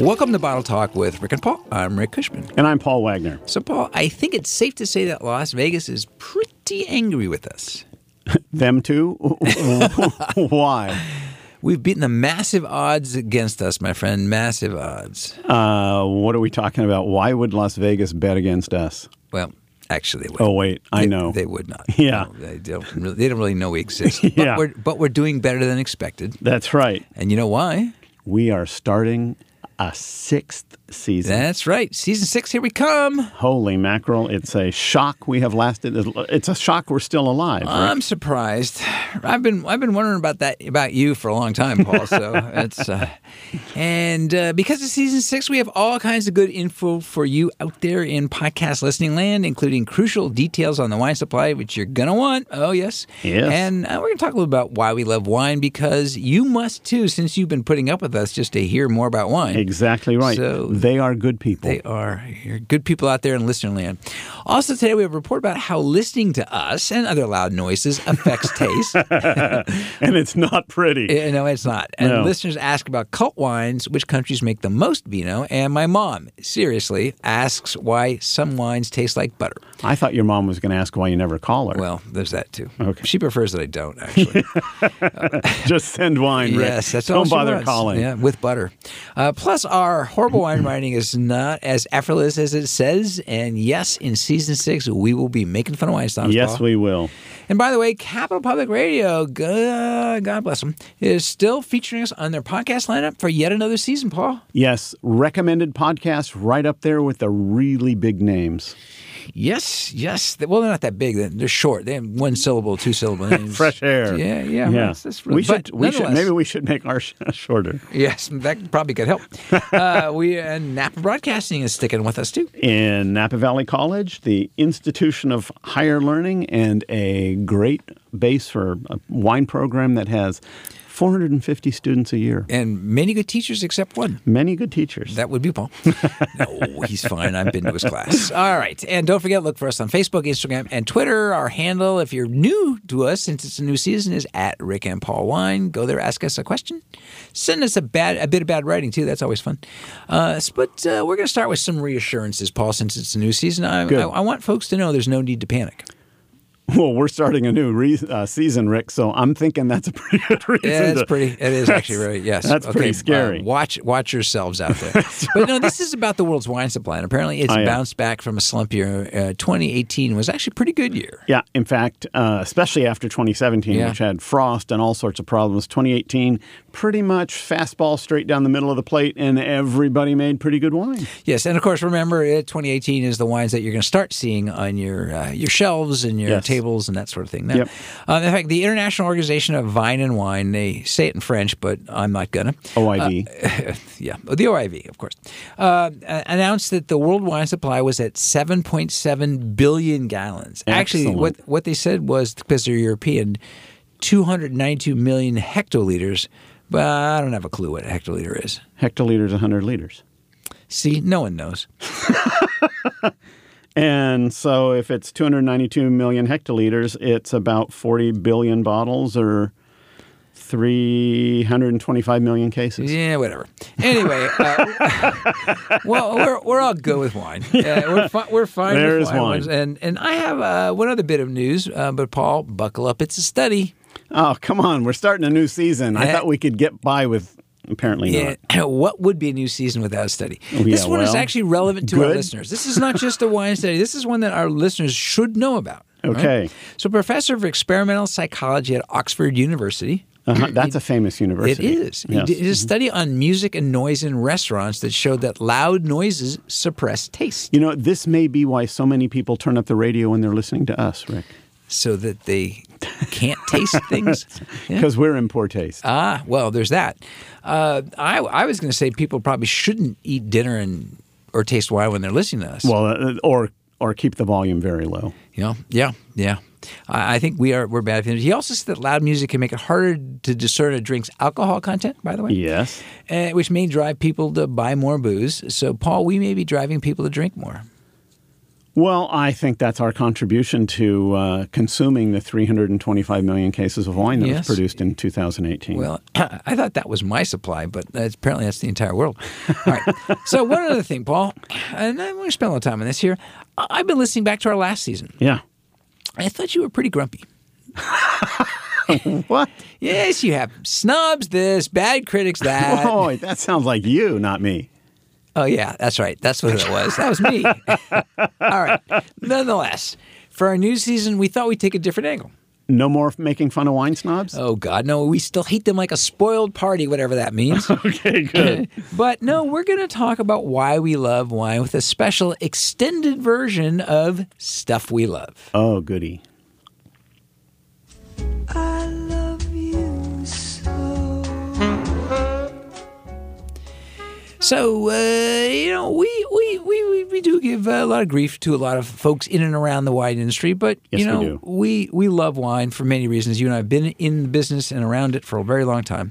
Welcome to Bottle Talk with Rick and Paul. I'm Rick Cushman. And I'm Paul Wagner. So, Paul, I think it's safe to say that Las Vegas is pretty angry with us. Them too? Why? We've beaten the massive odds against us, my friend. Massive odds. Uh, what are we talking about? Why would Las Vegas bet against us? Well, actually, they would. Oh, wait, I They- know. They would not. Yeah. No, they, don't really, they don't really know we exist. Yeah. But, we're, but we're doing better than expected. That's right. And you know why? We are starting a sixth season. That's right. Season six, here we come. Holy mackerel. It's a shock we have lasted. It's a shock we're still alive. Rick. I'm surprised. I've been I've been wondering about that about you for a long time, Paul. So it's uh, and uh, because it's season six, we have all kinds of good info for you out there in podcast listening land, including crucial details on the wine supply, which you're gonna want. Oh yes, Yes. And uh, we're gonna talk a little about why we love wine because you must too, since you've been putting up with us just to hear more about wine. Exactly right. So- they are good people. They are. You're good people out there in listener land. Also, today we have a report about how listening to us and other loud noises affects taste. and it's not pretty. Yeah, Eh, no, it's not. And No. listeners ask about cult wines, which countries make the most vino, and my mom, seriously, asks why some wines taste like butter. I thought your mom was going to ask why you never call her. Well, there's that too. Okay. She prefers that I don't, actually. Just send wine, Rick. yes, that's Don't all she bother wants. calling. Yeah, with butter. Uh, plus, our horrible wine writing is not as effortless as it says. And yes, in season six, we will be making fun of Weinstein. Yes, we will. And by the way, Capital Public Radio, God, God bless them, is still featuring us on their podcast lineup for yet another season, Paul. Yes, recommended podcasts right up there with the really big names. Yes, yes. They- Well, they're not that big. They're- They're short. They have one syllable, two syllable names. Fresh air. Yeah, yeah. right. That's- that's really- we should. but We should. nonetheless- Maybe we should make our sh- shorter. Yes, that probably could help. uh, we and Napa Broadcasting is sticking with us too. In Napa Valley College, the institution of higher learning, and a great base for a wine program that has 450 students a year. And many good teachers except one. Many good teachers. That would be Paul. no, he's fine. I've been to his class. All right. And don't forget, look for us on Facebook, Instagram, and Twitter. Our handle, if you're new to us, since it's a new season, is at Rick and Paul Wine. Go there, ask us a question. Send us a bad, a bit of bad writing, too. That's always fun. Uh, s- but uh, we're going to start with some reassurances, Paul, since it's a new season. I, I, I want folks to know there's no need to panic. well, we're starting a new re- uh, season, Rick. So I'm thinking that's a pretty good reason. Yeah, that's to- pretty. It is actually really yes. that's Okay, pretty uh, scary. watch watch yourselves out there. but no, this is about the world's wine supply, and apparently it's Oh, yeah. bounced back from a slump year. Uh, 2018 was actually a pretty good year. Yeah, in fact, uh, especially after 2017, Yeah. which had frost and all sorts of problems, 2018, pretty much fastball straight down the middle of the plate, and everybody made pretty good wine. Yes, and of course, remember, uh, 2018 is the wines that you're going to start seeing on your uh, your shelves and your Yes. tables and that sort of thing. Now, Yep. uh, in fact, the International Organization of Vine and Wine, they say it in French, but I'm not gonna. OIV. yeah, the OIV, of course, uh, a- announced that the world wine supply was at 7.7 billion gallons. Actually, Excellent. what what they said was because they're European, 292 million hectoliters. But I don't have a clue what a hectoliter is. Hectoliters, 100 liters. See, no one knows. And so if it's 292 million hectoliters, it's about 40 billion bottles or 325 million cases. Yeah, whatever. Anyway, uh, well, we're, we're all good with wine. Uh, we're, fi- we're fine There with is wine. wine. And, and I have uh, one other bit of news, uh, but Paul, buckle up. It's a study. Oh, come on. We're starting a new season. I Eh. thought we could get by with apparently not. Yeah. What would be a new season without a study? Oh, this yeah, one is well, actually relevant to our good. listeners. This is not just a wine study. This is one that our listeners should know about. all right? Okay. So, professor of experimental psychology at Oxford University. Uh-huh. That's a famous It university. is. He Yes. Mm-hmm. did a study on music and noise in restaurants that showed that loud noises suppress taste You know, this may be why so many people turn up the radio when they're listening to us, Rick, so that they can't taste things. Yeah. because we're in poor taste. Ah, well, there's that. Uh, I, I was going to say people probably shouldn't eat dinner and or taste wine when they're listening to us. well, uh, or or keep the volume very low. You know? Yeah, yeah. I I think we are we're bad offenders. He also said that loud music can make it harder to discern a drink's alcohol content. By the way, Yes. uh, which may drive people to buy more booze. So, Paul, we may be driving people to drink more. Well, I think that's our contribution to uh, consuming the 325 million cases of wine that Yes. was produced in 2018. Well, I thought that was my supply, but that's- apparently that's the entire world. All right. so one other thing, Paul, and I'm going to spend a little time on this here. I- I've been listening back to our last season. yeah. I thought you were pretty grumpy. What? Yes, you have snobs this, bad critics that. Boy, that sounds like you, not me. Oh yeah, that's right. That's what it was. That was me. All right. Nonetheless, for our new season, we thought we'd take a different angle. No more f- making fun of wine snobs? Oh God, no, we still hate them like a spoiled party, whatever that means. Okay, good. but no, we're gonna talk about why we love wine with a special extended version of Stuff We Love. oh, goody. I love you so. So uh, you know, we we, we, we we do give a lot of grief to a lot of folks in and around the wine industry, but Yes, you we know, do. we we love wine for many reasons. You and I have been in the business and around it for a very long time.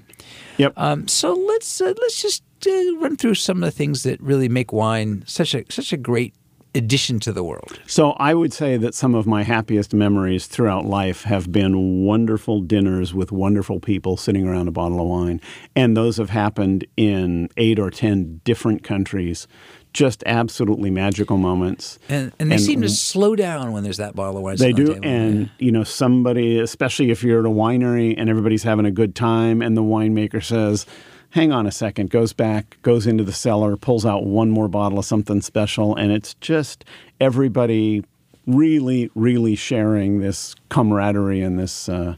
Yep. Um, so let's uh, let's just uh, run through some of the things that really make wine such a such a great addition to the world. So I would say that some of my happiest memories throughout life have been wonderful dinners with wonderful people sitting around a bottle of wine. And those have happened in eight or 10 different countries. Just absolutely magical moments. And and they seem to slow down when there's that bottle of wine. They sitting on do, the table. and you know, somebody, especially if you're at a winery and everybody's having a good time, and the winemaker says, "Hang on a second, goes back, goes into the cellar, pulls out one more bottle of something special, and it's just everybody really, really sharing this camaraderie and this uh,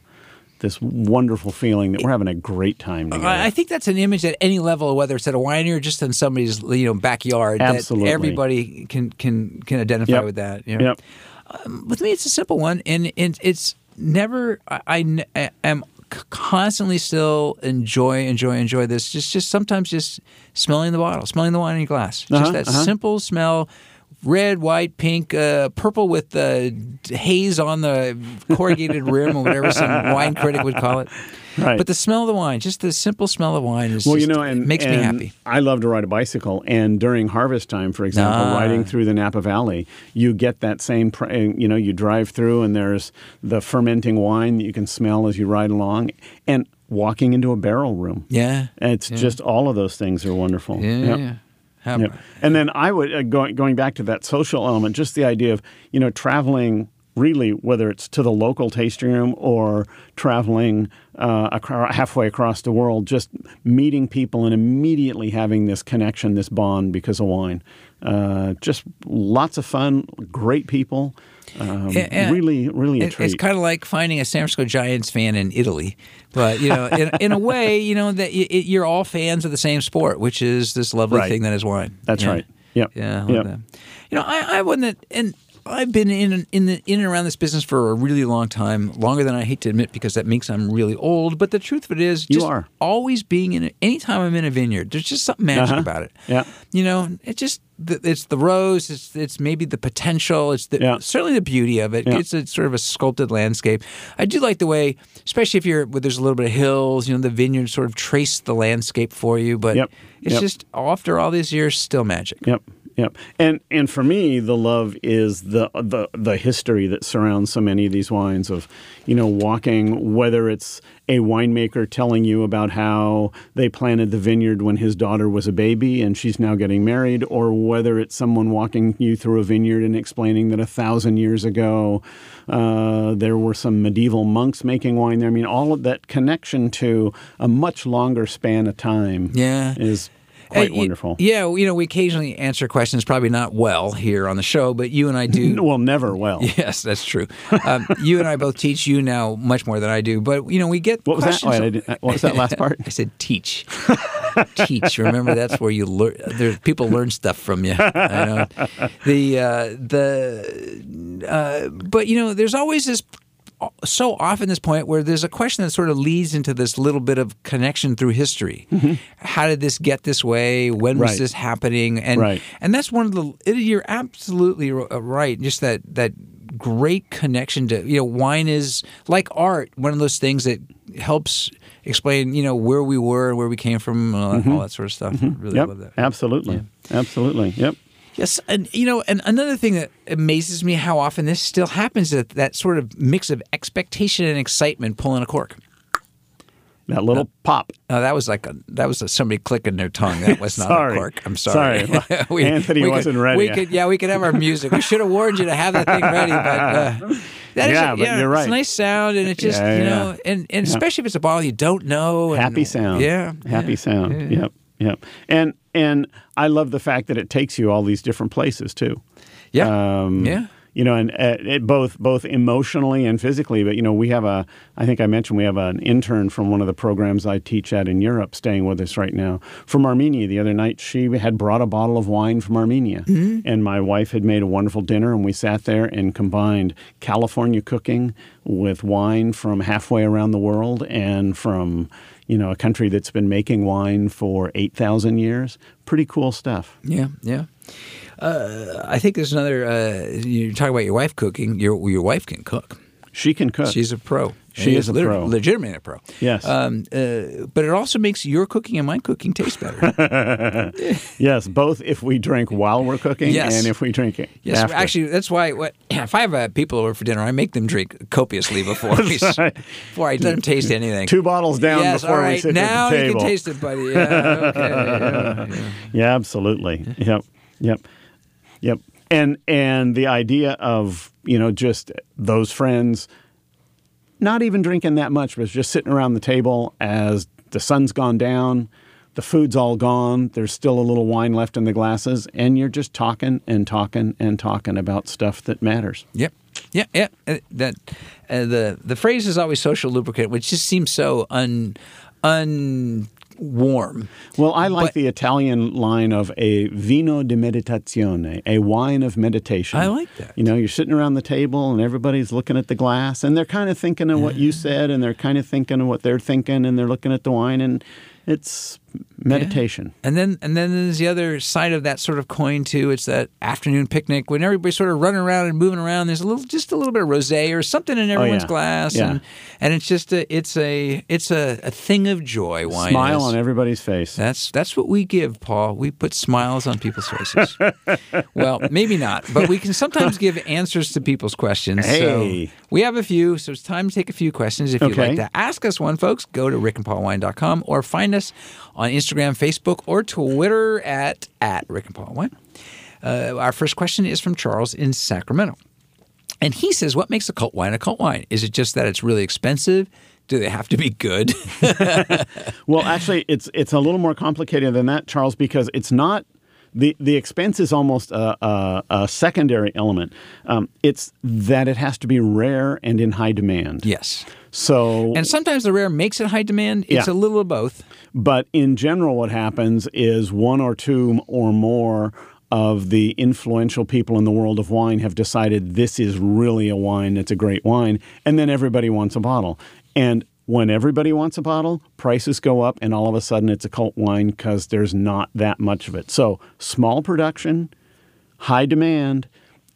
this wonderful feeling that we're having a great time together. I I think that's an image at any level, whether it's at a winery or just in somebody's you know backyard. Absolutely. that everybody can can can identify Yep. with that. You know? Yep. with me, it's a simple one, and it, it's never. I, I n- I am c- constantly still enjoy, enjoy, enjoy this. Just, just sometimes, just smelling the bottle, smelling the wine in your glass. just Uh-huh, that uh-huh. simple smell. Red, white, pink, uh, purple with uh, d- haze on the corrugated rim, or whatever some wine critic would call it. Right. But the smell of the wine, just the simple smell of wine, is Well, just- you know, and it makes me and happy. I love to ride a bicycle, and during harvest time, for example, Ah. riding through the Napa Valley, you get that same. pr- and, You know, you drive through, and there's the fermenting wine that you can smell as you ride along, and walking into a barrel room. Yeah. And it's just all of those things are wonderful. Yeah, Yep. yeah. How- Yep. And then I would uh, going going back to that social element, just the idea of you know traveling really, whether it's to the local tasting room or traveling uh, acro- halfway across the world, just meeting people and immediately having this connection, this bond because of wine. Uh, just lots of fun, great people. Um, Yeah, yeah. really, really a It- treat. It's kind of like finding a San Francisco Giants fan in Italy, but you know, in, in a way, you know that y it, you're all fans of the same sport, which is this lovely Right. thing that is wine. That's Yeah. right. Yep. Yeah, I love Yep. that. You know, I, I one that and. I've been in in the in and around this business for a really long time, longer than I hate to admit because that makes I'm really old. But the truth of it is, You just are. always being in. A, anytime I'm in a vineyard, there's just something magic about it. Uh-huh. Yeah. you know, it just th- it's the rose, it's it's maybe the potential, it's the Yeah. certainly the beauty of it. Yeah. It's a sort of a sculpted landscape. I do like the way, especially if you're where there's a little bit of hills, you know, the vineyards sort of trace the landscape for you. But Yep. it's Yep. just after all these years, still magic. Yep. Yep. And and for me, the love is the the the history that surrounds so many of these wines of, you know, walking whether it's a winemaker telling you about how they planted the vineyard when his daughter was a baby and she's now getting married, or whether it's someone walking you through a vineyard and explaining that a thousand years ago uh, there were some medieval monks making wine there. I mean, all of that connection to a much longer span of time Yeah. is quite Uh, y- wonderful. Yeah, well, you know, we occasionally answer questions, probably not well here on the show, but you and I do. Well, never well. Yes, that's true. Um, you and I both teach you now much more than I do, but you know we get What was that? Oh, questions I didn't- what was that last part? I said teach, teach. Remember, that's where you learn. There, people learn stuff from you. I know. The uh, the uh, but you know, there's always this. So often, this point where there's a question that sort of leads into this little bit of connection through history. How did this get this way? When was Mm-hmm. Right. this happening? And Right. and that's one of the it- you're absolutely r- uh, right just that that great connection to you know wine is like art one of those things that helps explain you know where uh, we were and where we came from and all, that, all that sort of stuff I really Mm-hmm. Yep. love that Absolutely. Absolutely. Yep. Yes, and you know, and another thing that amazes me how often this still happens that that sort of mix of expectation and excitement pulling a cork. That little pop. No, that was like a that was a, somebody clicking their tongue. That was not Sorry. a cork. I'm sorry. Sorry. Anthony wasn't could, ready. We could, yeah, we could have our music. We should have warned you to have that thing ready, but uh, that is Yeah, a- but you're It's right. a nice sound, and it just Yeah, you yeah. know, and, and especially if it's a ball you don't know. and- happy sound. Yeah, happy yeah. sound. Yep, yep. And and I love the fact that it takes you all these different places too. Yeah, Um, yeah. You know, and uh, it both both emotionally and physically. But you know, we have a. I think I mentioned we have an intern from one of the programs I teach at in Europe, staying with us right now from Armenia. The other night, she had brought a bottle of wine from Armenia, Mm-hmm. and my wife had made a wonderful dinner, and we sat there and combined California cooking with wine from halfway around the world and from you know a country that's been making wine for eight thousand years. Pretty cool stuff. Yeah, yeah. Uh, I think there's another. Uh, you talk about your wife cooking. Your your wife can cook. She can cook. She's a pro. She is a lit- pro. legitimately a pro. Yes. Um, uh, but it also makes your cooking and my cooking taste better. Yes, both if we drink while we're cooking Yes. and if we drink it. yes, after. actually, that's why. What, if I have uh, people over for dinner, I make them drink copiously before we, right. before I let them taste anything. Two bottles down yes, before all right. we sit now at the table. you can taste it, buddy. Yeah, okay, yeah, yeah. yeah, absolutely. Yep, yep, yep. And and the idea of you know just those friends, not even drinking that much, but just sitting around the table as the sun's gone down, the food's all gone. There's still a little wine left in the glasses, and you're just talking and talking and talking about stuff that matters. Yep. Yeah, yeah. Uh, That uh, the the phrase is always social lubricant, which just seems so un un warm. Well, I like But- the Italian line of a vino di meditazione, a wine of meditation. I like that. You know, you're sitting around the table and everybody's looking at the glass and they're kind of thinking of what you said and they're kind of thinking of what they're thinking and they're looking at the wine and it's meditation. And then and then there's the other side of that sort of coin too. It's that afternoon picnic when everybody's sort of running around and moving around. There's a little just a little bit of rosé or something in everyone's Oh, yeah. glass, Yeah. and and it's just a it's a it's a, a thing of joy. Wine Smile is. on everybody's face. That's that's what we give, Paul. We put smiles on people's faces. well, maybe not, but we can sometimes give answers to people's questions. Hey. So we have a few, so it's time to take a few questions. If you'd Okay. like to ask us one, folks, go to rickandpaulwine.com or find us on Instagram, Facebook, or Twitter at at Rick and Paul Wine. Uh, our first question is from Charles in Sacramento. And he says, What makes a cult wine a cult wine? Is it just that it's really expensive? Do they have to be good? Well, actually, it's it's a little more complicated than that, Charles, because it's not the the expense is almost a, a, a secondary element. Um, it's that it has to be rare and in high demand. yes. So, And sometimes the rare makes it high demand. It's Yeah. a little of both. but in general, what happens is one or two or more of the influential people in the world of wine have decided this is really a wine that's a great wine, and then everybody wants a bottle. And when everybody wants a bottle, prices go up, and all of a sudden it's a cult wine because there's not that much of it. So, small production, high demand,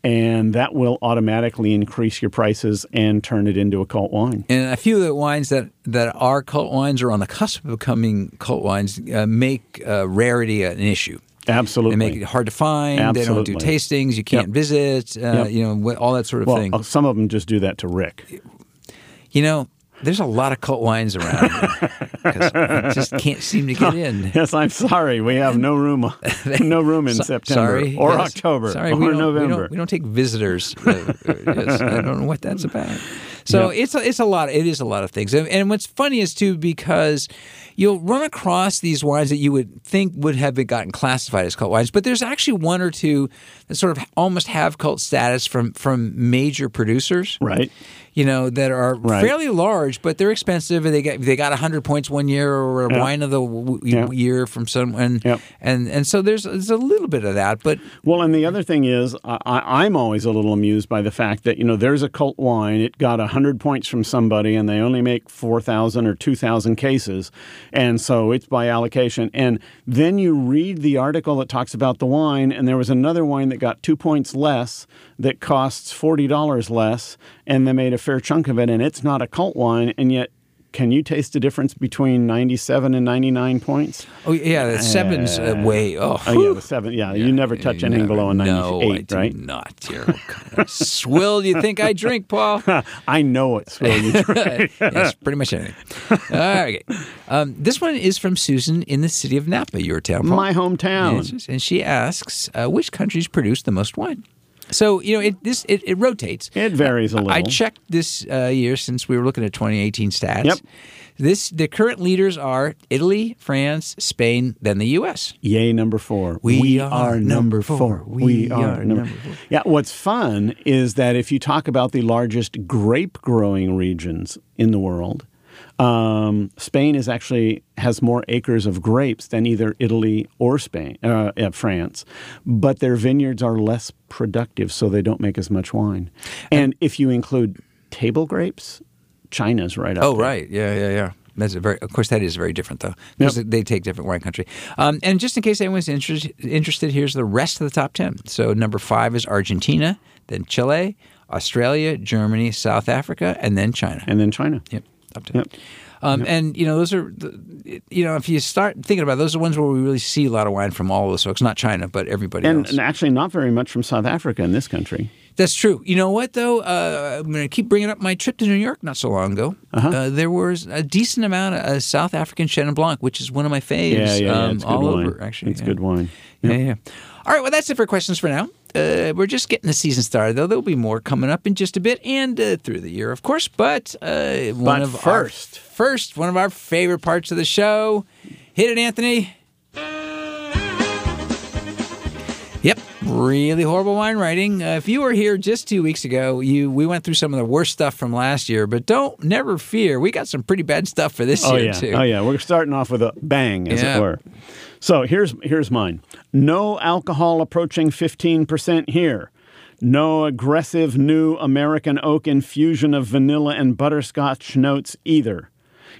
and that will automatically increase your prices and turn it into a cult wine. And a few of the wines that, that are cult wines or on the cusp of becoming cult wines uh, make uh, rarity an issue. Absolutely. They make it hard to find. They don't do Absolutely. tastings. You can't Yep. visit. Uh, Yep. You know wh- all that sort of well, thing. uh, some of them just do that to Rick. You know, there's a lot of cult wines around. 'Cause I just can't seem to get in. Yes, I'm sorry. We have no room, no room in So- September sorry, or yes. October Sorry, or we don't, November. We don't, we don't take visitors. Uh, yes, I don't know what that's about. So it's a, it's a lot. It is a lot of things. And, and what's funny is too because you'll run across these wines that you would think would have been gotten classified as cult wines, but there's actually one or two that sort of almost have cult status from from major producers Right. you know, that are Right. fairly large, but they're expensive. And they got they got hundred points one year or a Yeah. wine of the w- w- Yeah. year from someone, and, Yep. and and so there's there's a little bit of that, but Well, and the other thing is, I, I- I'm always a little amused by the fact that you know there's a cult wine. It got hundred points from somebody, and they only make four thousand or two thousand cases, and so it's by allocation. And then you read the article that talks about the wine, and there was another wine that got two points less, that costs forty dollars less, and they made a fair chunk of it, and it's not a cult wine, and yet can you taste the difference between 97 and 99 points? Oh yeah, the seven's uh, way. Oh, Oh, yeah, the seven. Yeah, you never touch anything below a No, I 98, do right? not. You're kind of swill. You think I drink, Paul? I know it. Swell. You yes, pretty much anything. All right. Um, this one is from Susan in the city of Napa, your town. Paul. My hometown. Yes, And she asks, uh, which countries produce the most wine? So you know, it this it, it rotates. It varies a little. I checked this uh, year since we were looking at 2018 stats. Yep. This the current leaders are Italy, France, Spain, then the U.S. Yay, number four. We are number four. We are number four. Yeah, what's fun is that if you talk about the largest grape growing regions in the world, um, Spain is actually has more acres of grapes than either Italy or Spain, uh, uh, France, but their vineyards are less productive, so they don't make as much wine. And if you include table grapes, China's right up. Oh, there. right. Yeah, yeah, yeah. That's a very, of course, that is very different though, because they take different wine country. Um, and just in case anyone's interest, interested, here's the rest of the top ten. So number five is Argentina, then Chile, Australia, Germany, South Africa, and then China. And then China. Yep, top ten. Um, And you know, those are the, you know, if you start thinking about it, those are ones where we really see a lot of wine from all of those folks, not China, but everybody And, else. and actually, not very much from South Africa in this country. That's true. You know what, though? Uh, I'm going to keep bringing up my trip to New York not so long ago. Uh-huh. uh there was a decent amount of uh, South African Chenin Blanc, which is one of my faves Yeah, yeah, yeah. um, It's good all wine. over, actually. it's yeah. good wine. Yeah, yeah. All right, well, that's it for questions for now. Uh, we're just getting the season started, though. There'll be more coming up in just a bit and uh, through the year, of course. But uh, one But of first- our, first, one of our favorite parts of the show. Hit it, Anthony. Yep, really horrible wine writing. Uh, if you were here just two weeks ago, you we went through some of the worst stuff from last year. But don't never fear, we got some pretty bad stuff for this Oh year yeah. too. Oh yeah. We're starting off with a bang, as Yeah. it were. So here's here's mine. No alcohol approaching fifteen percent here. No aggressive new American oak infusion of vanilla and butterscotch notes either.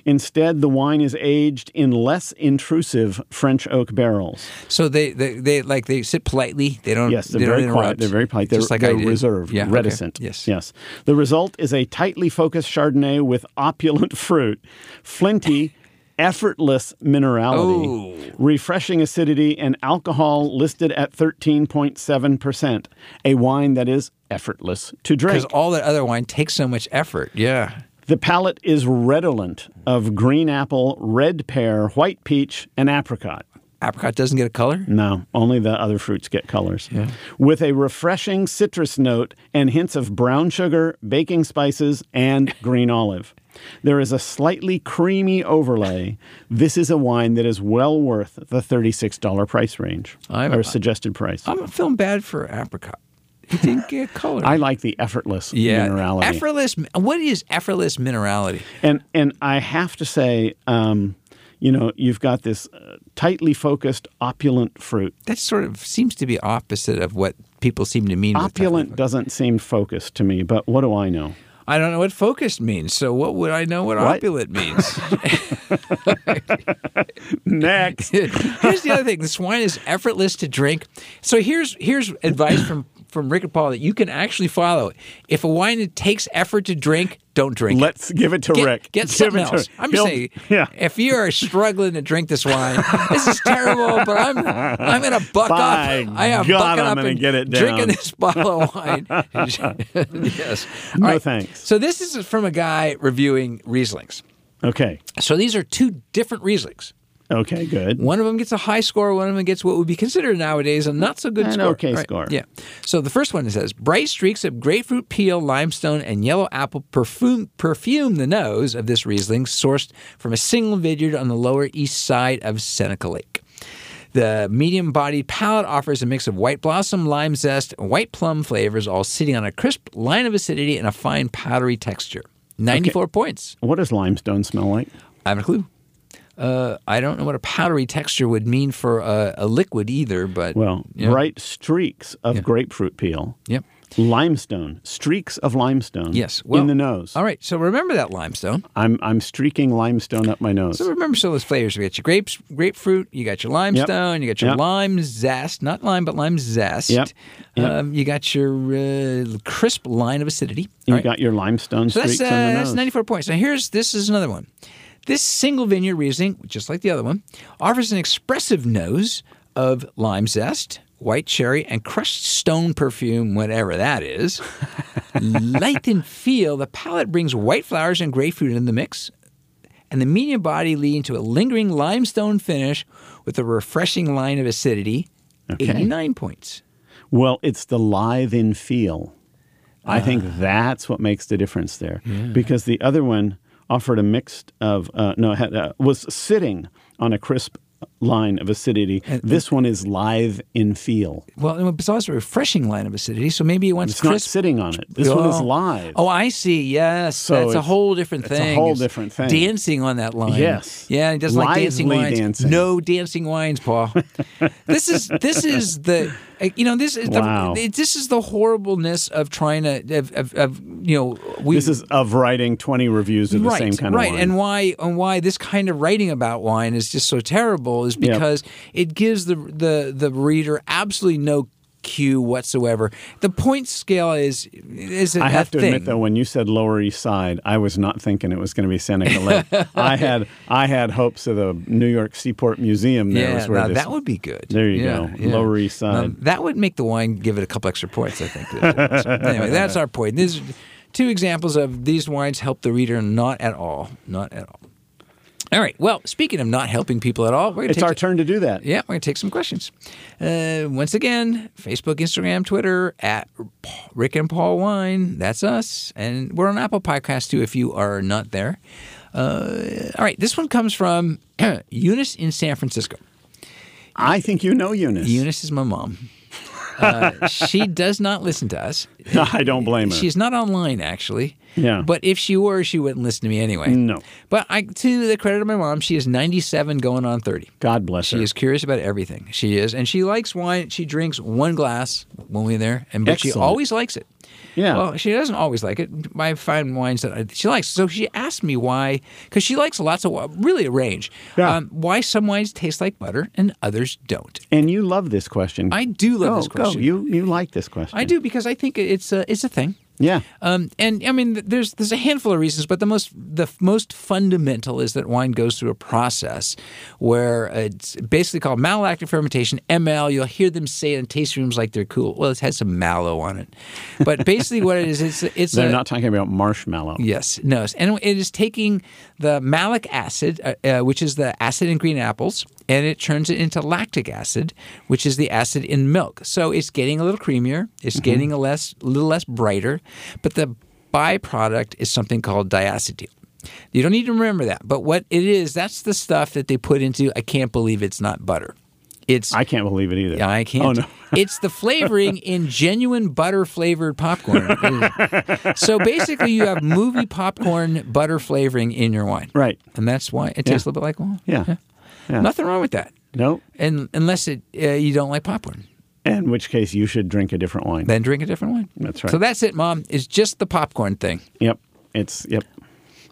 Instead, the wine is aged in less intrusive French oak barrels. So they, they they like they sit politely. They don't. Yes, they're they very don't quiet. interrupt, They're very polite. They're, just like I they're did. reserved, Yeah, okay. reticent. Yes. Yes. The result is a tightly focused Chardonnay with opulent fruit, flinty, effortless minerality, Oh. refreshing acidity, and alcohol listed at 13.7%. A wine that is effortless to drink. Because all that other wine takes so much effort. Yeah. The palate is redolent of green apple, red pear, white peach, and apricot. Apricot doesn't get a color. No, only the other fruits get colors. With a refreshing citrus note and hints of brown sugar, baking spices, and green olive. There is a slightly creamy overlay. This is a wine that is well worth the $36 price range I'm- or suggested price. i I'm feeling bad for apricot. It didn't get a color. like the effortless yeah. minerality. Effortless. What is effortless minerality? And and I have to say, um, you know, you've got this uh, tightly focused opulent fruit. That sort of seems to be opposite of what people seem to mean. with that. Opulent doesn't seem focused to me, but what do I know? I don't know what focused means. So what would I know what, What? opulent means? Next. here's the other thing: this wine is effortless to drink. So here's here's advice from from Rick and Paul that you can actually follow. If a wine that takes effort to drink, don't drink. it. Let's give it to Get, Rick. get Give something it to- else. I'm just he'll- saying, Yeah. if you are struggling to drink this wine, this is terrible. But I'm I'm gonna buck By up. I am God, bucking I'm up gonna and get it drinking down. this bottle of wine. yes. All No right. thanks. So this is from a guy reviewing Rieslings. Okay. So these are two different Rieslings. Okay. Good. One of them gets a high score. One of them gets what would be considered nowadays a not so good An score. okay score. Yeah. So the first one it says bright streaks of grapefruit peel, limestone, and yellow apple perfume perfume the nose of this Riesling sourced from a single vineyard on the lower east side of Seneca Lake. The medium bodied palate offers a mix of white blossom, lime zest, and white plum flavors, all sitting on a crisp line of acidity and a fine powdery texture. 94 points. What does limestone smell like? I have a clue. Uh, I don't know what a powdery texture would mean for a, a liquid either, but Well, yeah. bright streaks of grapefruit peel. Yep. Limestone, streaks of limestone. Yes. in the nose. All right. So remember that limestone. I'm I'm streaking limestone up my nose. So remember some of those flavors. We got your grapes, grapefruit. You got your limestone. You got your Yep. lime zest, not lime, but lime zest. Yep. Yep. Um, you got your uh, crisp line of acidity. you All right. got your limestone So streaks that's, uh, on the nose. that's 94 points. Now, here's this is another one. This single vineyard Riesling, just like the other one, offers an expressive nose of lime zest, white cherry, and crushed stone perfume, whatever that is. Light in feel, the palate brings white flowers and grapefruit into the mix, and the medium body leading to a lingering limestone finish with a refreshing line of acidity. 89 points. Well, it's the lithe in feel. Ah. I think that's what makes the difference there, because the other one offered a mixed of uh, no had, uh, was sitting on a crisp line of acidity. this one is lithe in feel. Well, it's also a refreshing line of acidity, so maybe it wants It's not crisp sitting on it. This one is Oh. live. Oh, I see. Yes, So that's a it's- whole different it's a thing. whole different thing. Dancing on that line. Yes. Yeah, he doesn't like dancing Lively wines. dancing. No dancing wines, Paul. this is this is the eh, you know this is the, Wow. it- this is the horribleness of trying to of, of, of you know we This is of writing twenty reviews of the right, same kind right. of wine. And why and why this kind of writing about wine is just so terrible is because it gives the the the reader absolutely no cue whatsoever. The point scale is is a, I have a to thing. admit, though, when you said Lower East Side, I was not thinking it was going to be Seneca Lake. I had I had hopes of the New York Seaport Museum. There Yeah, was where now this that would be good. There you Yeah, go. yeah. Lower East Now, Side. that would make the wine give it a couple extra points, I think. anyway, that's our point. These are two examples of these wines help the reader not at all. Not at all. All right. Well, speaking of not helping people at all, we're going it's take our s- turn to do that. Yeah, we're going to take some questions. Uh, once again, Facebook, Instagram, Twitter, at Pa- Rick and Paul Wine. That's us. And we're on Apple Podcast too if you are not there. Uh, all right. This one comes from Eunice in San Francisco. I think you know Eunice. Eunice is my mom. Uh, she does not listen to us. I don't blame her. She's not online, actually. Yeah. But if she were, she wouldn't listen to me anyway. No. But I, to the credit of my mom, she is 97 going on 30. God bless She her. is curious about everything. She is. And she likes wine. She drinks one glass when we're there, and but she Excellent. always likes it. Yeah. Well, she doesn't always like it. I find wines that I, she likes. So she asked me why, because she likes lots of, wi- really a range, Um, Yeah. why some wines taste like butter and others don't. and you love this question. I do love Oh, go, this question. Go. You you like this question. I do because I think it's a it's a thing. Yeah. Um, and I mean, th- there's there's a handful of reasons, but the most the f- most fundamental is that wine goes through a process where it's basically called malolactic fermentation (ML). You'll hear them say it in tasting rooms like they're cool. Well, it has some mallow on it, but basically what it is, it's it's They're a, not talking about marshmallow. Yes, no. it's- And it is taking the malic acid, uh, uh, which is the acid in green apples, and it turns it into lactic acid, which is the acid in milk. So it's getting a little creamier. It's getting a less, little less brighter, but the byproduct is something called diacetyl. You don't need to remember that, but what it is, that's the stuff that they put into. I can't believe it's not butter. It's I can't believe it either. yeah, I can't. Oh no. it's the flavoring in genuine butter flavored popcorn. so basically, you have movie popcorn butter flavoring in your wine, Right. And that's why it tastes a little bit like wine. Yeah. Yeah. nothing wrong with that, No. and unless it uh, you don't like popcorn. In which case, you should drink a different wine. Then drink a different wine. That's right. So that's it, Mom. It's just the popcorn thing. yep. It's yep.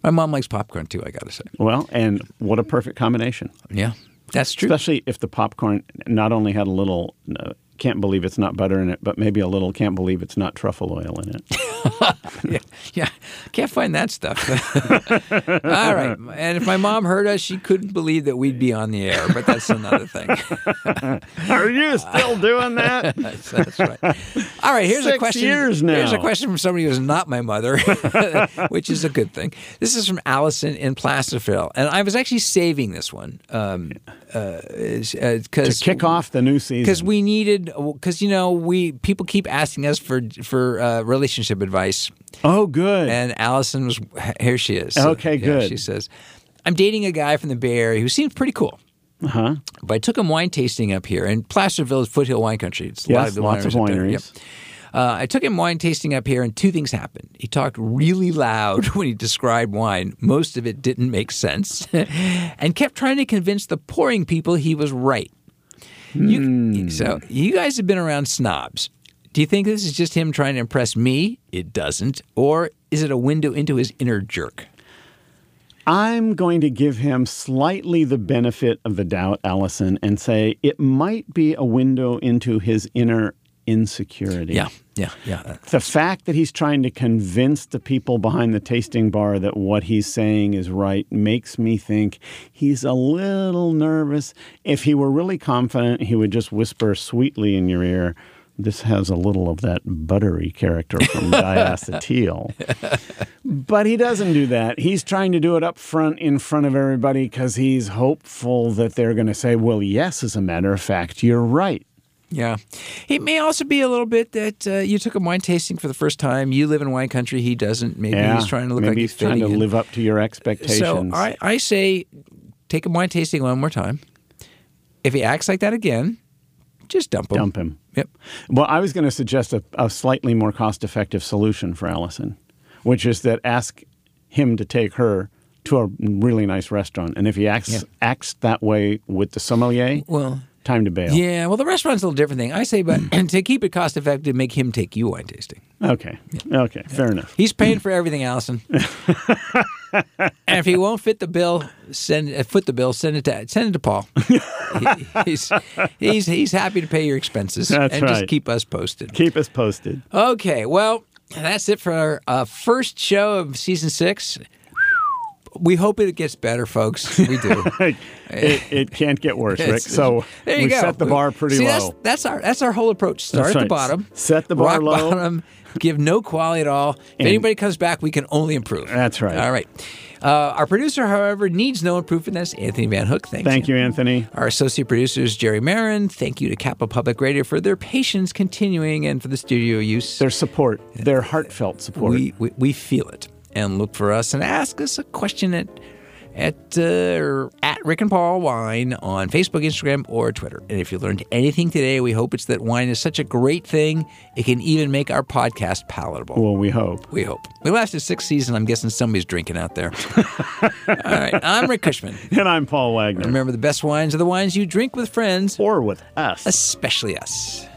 My mom likes popcorn too. I gotta say, Well, and what a perfect combination. yeah, that's true. Especially if the popcorn not only had a little uh, can't believe it's not butter in it, but maybe a little can't believe it's not truffle oil in it. yeah, yeah. Can't find that stuff. All right. And if my mom heard us, she couldn't believe that we'd be on the air, but that's another thing. Are you still doing that? that's, that's right. All right. Here's a Six question. years Here's a now. question from somebody who's not my mother, which is a good thing. This is from Allison in Placerville. And I was actually saving this one because. Um, uh, 'cause- Kick off the new season. because we needed because you know we people keep asking us for for uh, relationship advice oh, good. And Allison was here. She is. Okay, yeah, good. She says, "I'm dating a guy from the Bay Area who seems pretty cool." huh? But I took him wine tasting up here, and Placerville is foothill wine country. It's a lot Yes, of the lots of wineries. up there. wineries. Yep. Uh, I took him wine tasting up here, and two things happened. He talked really loud when he described wine. Most of it didn't make sense, and kept trying to convince the Hmm. pouring people he was right. You, So you guys have been around snobs. Do you think this is just him trying to impress me? It doesn't. Or is it a window into his inner jerk? I'm going to give him slightly the benefit of the doubt, Allison, and say it might be a window into his inner insecurity. Yeah, yeah, yeah. The fact that he's trying to convince the people behind the tasting bar that what he's saying is right makes me think he's a little nervous. If he were really confident, he would just whisper sweetly in your ear, This has a little of that buttery character from diacetyl. But he doesn't do that. He's trying to do it up front in front of everybody because he's hopeful that they're going to say, Well, yes, as a matter of fact, you're right. Yeah. It may also be a little bit that uh, you took a wine tasting for the first time. You live in wine country. He doesn't. Maybe he's trying to look maybe like he's trying to fitting in. live up to your expectations. So I, I say take a wine tasting one more time. If he acts like that again, just dump him. Dump him. Yep. Well, I was going to suggest a, a slightly more cost-effective solution for Allison, which is that ask him to take her to a really nice restaurant, and if he acts Yeah. acts that way with the sommelier, Well, time to bail. yeah. Well, the restaurant's a little different thing. I say, but to keep it cost effective, make him take you wine tasting. Okay. Okay. Fair enough. He's paying for everything, Allison. and if he won't fit the bill, send uh, foot the bill. Send it to send it to Paul. He- he's, he's he's happy to pay your expenses That's and just right. keep us posted. Keep us posted. Okay, well, that's it for our uh, first show of season six. We hope it gets better, folks. We do. it, it can't get worse, Rick. It's- So there you we go. set the bar pretty See, low. That's, that's our that's our whole approach. Start That's at the right. bottom. Set the bar rock low. Bottom, give no quality at all. If And- anybody comes back, we can only improve. That's right. All right. Uh, our producer, however, needs no improvement. That's Anthony Van Hook. Thanks. Thank you, Anthony. Our associate producer is Jerry Marin. Thank you to Kappa Public Radio for their patience continuing and for the studio use. Their support, their heartfelt support. We, we, we feel it. And look for us and ask us a question at at uh, at Rick and Paul Wine on Facebook, Instagram, or Twitter. And if you learned anything today, we hope it's that wine is such a great thing it can even make our podcast palatable. well, we hope. we hope. We lasted six seasons. I'm guessing somebody's drinking out there. All right. I'm Rick Cushman. And I'm Paul Wagner. Remember, the best wines are the wines you drink with friends, Or with us. especially us.